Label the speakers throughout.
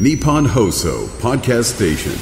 Speaker 1: Nippon Hoso Podcast Station.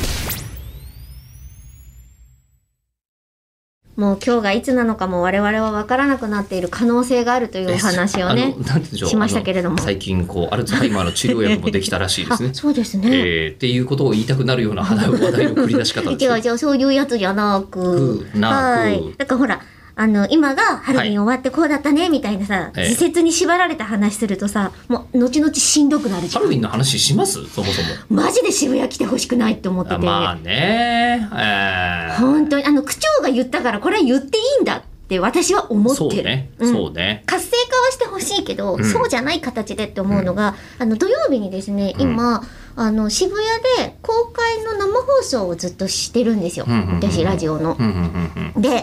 Speaker 2: もう今日がいつなのかも我々は分からなくなっている可能性があるというお話をね
Speaker 3: あのなんて言うんでしょう
Speaker 2: しましたけれども
Speaker 3: あの最近こうアルツハイマーの治療薬もできたらしいで すね
Speaker 2: あ。そうですね、
Speaker 3: えー、っていうことを言いたくなるような話話題の繰り出し方ですけ
Speaker 2: 違
Speaker 3: ど
Speaker 2: う違うそういうやつじゃなく
Speaker 3: くなく
Speaker 2: はいだからほらあの今がハロウィン終わってこうだったねみたいなさ、
Speaker 3: ええ
Speaker 2: 自説に縛られた話するとさもう後々しんどくなるじ
Speaker 3: ハ
Speaker 2: ゃ
Speaker 3: ロウ
Speaker 2: ん
Speaker 3: ィンの話しますそもそも。
Speaker 2: マジで渋谷来てほしくないって思ってて、
Speaker 3: あまあね、えー
Speaker 2: 本当にあの区長が言ったからこれは言っていいんだって私は思って
Speaker 3: そ
Speaker 2: る
Speaker 3: うね、
Speaker 2: ん
Speaker 3: そうね。
Speaker 2: 活性化はしてほしいけど、
Speaker 3: うん
Speaker 2: そうじゃない形でって思うのが、あの土曜日にですね
Speaker 3: うん
Speaker 2: 今、あの渋谷で公開の生放送をずっとしてるんですよ、
Speaker 3: うんうんうん
Speaker 2: 私ラジオの
Speaker 3: う。んうんうんうん。
Speaker 2: で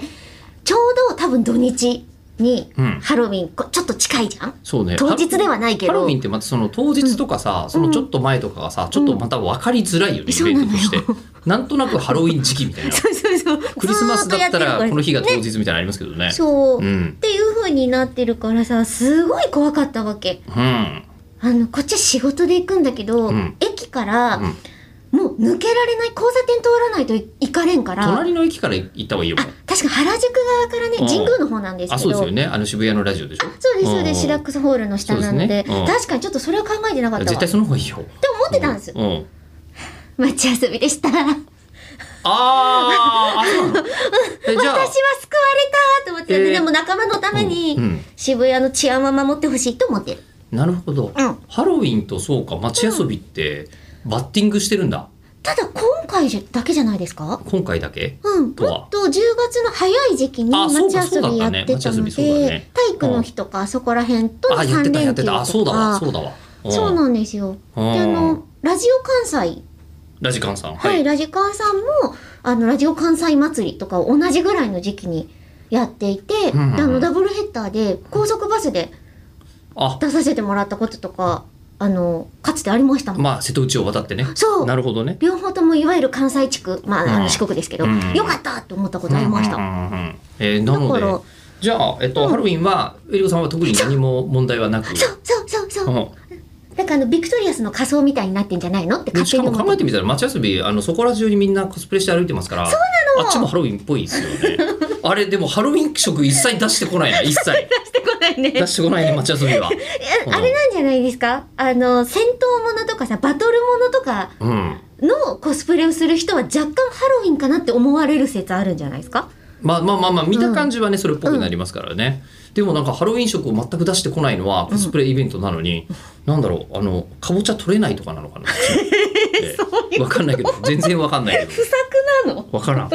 Speaker 2: ちょうど多分土日に
Speaker 3: うん
Speaker 2: ハロウィンこちょっと近いじゃん
Speaker 3: そうね。
Speaker 2: 当日ではないけ
Speaker 3: ハロ
Speaker 2: ど
Speaker 3: ウィンってまたその当日とかさ、そのちょっと前とかがさ、ちょっとまた分かりづらいよね、イベントとして。 なんとなくハロウィン時期みたいな。
Speaker 2: そう そうそう
Speaker 3: クリスマスだっ
Speaker 2: ず
Speaker 3: た
Speaker 2: ーとや
Speaker 3: ら
Speaker 2: てる
Speaker 3: この日が当日みたいなのありますけどね。
Speaker 2: そう、っ
Speaker 3: うん。
Speaker 2: ていう風になってるからさすごい怖かったわけ
Speaker 3: うん。
Speaker 2: あのこっちは仕事で行くんだけど、
Speaker 3: うん
Speaker 2: 駅から、
Speaker 3: うん
Speaker 2: もう抜けられない交差点通らないとい行かれんから
Speaker 3: 隣の駅から行った方がいいよ。
Speaker 2: あ確か原宿側からね
Speaker 3: うん
Speaker 2: 神宮の方なんです
Speaker 3: あ、
Speaker 2: け
Speaker 3: そう
Speaker 2: ど
Speaker 3: ですよね。あの渋谷のラジオでしょ。
Speaker 2: そうですそうで
Speaker 3: ん
Speaker 2: すシダックスホールの下なので
Speaker 3: そうですねうん
Speaker 2: 確かにちょっとそれは考えてなかった
Speaker 3: 絶
Speaker 2: わ
Speaker 3: 対その方がいいよ。
Speaker 2: と思ってたんです
Speaker 3: ううん。
Speaker 2: 待ち遊びでした私は
Speaker 3: あーあそうなの、えじゃあ、
Speaker 2: 救われたと思ってたんで、
Speaker 3: えー
Speaker 2: でも仲間のため
Speaker 3: うんう
Speaker 2: に
Speaker 3: ん
Speaker 2: 渋谷の治安は守ってほしいと思ってる
Speaker 3: なるほど、
Speaker 2: うん
Speaker 3: ハロウィンとそうか、街遊びって、バッティングしてるんだ。
Speaker 2: ただ今回じゃだけじゃないですか
Speaker 3: 今回だけ。
Speaker 2: うん、もっ
Speaker 3: とは
Speaker 2: と10月の早い時期に
Speaker 3: あ
Speaker 2: 街
Speaker 3: そう
Speaker 2: 遊び
Speaker 3: か
Speaker 2: やってたの
Speaker 3: そうだったね街遊びそうだ
Speaker 2: で
Speaker 3: ね
Speaker 2: 体育の日とかあそこら辺と
Speaker 3: あ、やって
Speaker 2: 3
Speaker 3: た、やっ
Speaker 2: 連
Speaker 3: て
Speaker 2: 休と
Speaker 3: た。
Speaker 2: か
Speaker 3: あ、そうだわ、そうだわ。ん
Speaker 2: そうなんですよ。で
Speaker 3: うん
Speaker 2: あのラジオ関西
Speaker 3: ラジカンさん。
Speaker 2: はい、ラジカンさんもあのラジオ関西祭りとかを同じぐらいの時期にやっていて、
Speaker 3: うんうんうん
Speaker 2: であのダブルヘッダーで高速バスで
Speaker 3: あ、
Speaker 2: 出させてもらったこととかあのかつてありましたもん、
Speaker 3: まあ、瀬戸内を渡ってね。
Speaker 2: そう
Speaker 3: なるほどね。
Speaker 2: 両方ともいわゆる関西地区まあ,、あ
Speaker 3: うん
Speaker 2: の四国ですけど、
Speaker 3: うんうん
Speaker 2: よかったと思ったことありました、
Speaker 3: うんうんうんうんえーなの
Speaker 2: だか
Speaker 3: で
Speaker 2: ら、
Speaker 3: じゃあ、えっと、ハロウィンは、エリコさんは特に何も問題はなく。
Speaker 2: そうそうそうそう、
Speaker 3: うん
Speaker 2: なんかあのビクトリアスの仮装みたいになってんじゃないのって
Speaker 3: でし
Speaker 2: 勝手
Speaker 3: か
Speaker 2: に
Speaker 3: も
Speaker 2: 思
Speaker 3: 考
Speaker 2: って
Speaker 3: えてみたら街遊びあのそこら中にみんなコスプレして歩いてますからあっちもハロウィンっぽいですよねあれでもハロウィン色一切出してこ ないな一切
Speaker 2: 出 してこないね
Speaker 3: 出してこないね街遊びは
Speaker 2: えあれなんじゃないですかあの戦闘ものとかさバトルものとか
Speaker 3: うん
Speaker 2: のコスプレをする人は若干ハロウィンかなって思われる説あるんじゃないですか
Speaker 3: まあまあまあまあ見た感じはねそれっぽくなりますからね、でもなんかハロウィン色を全く出してこないのはコスプレイベントなのに、なんだろうあのかぼちゃ取れない とかなのかな、ええわかんないけど全然わかんないけど
Speaker 2: 不作なの
Speaker 3: わからん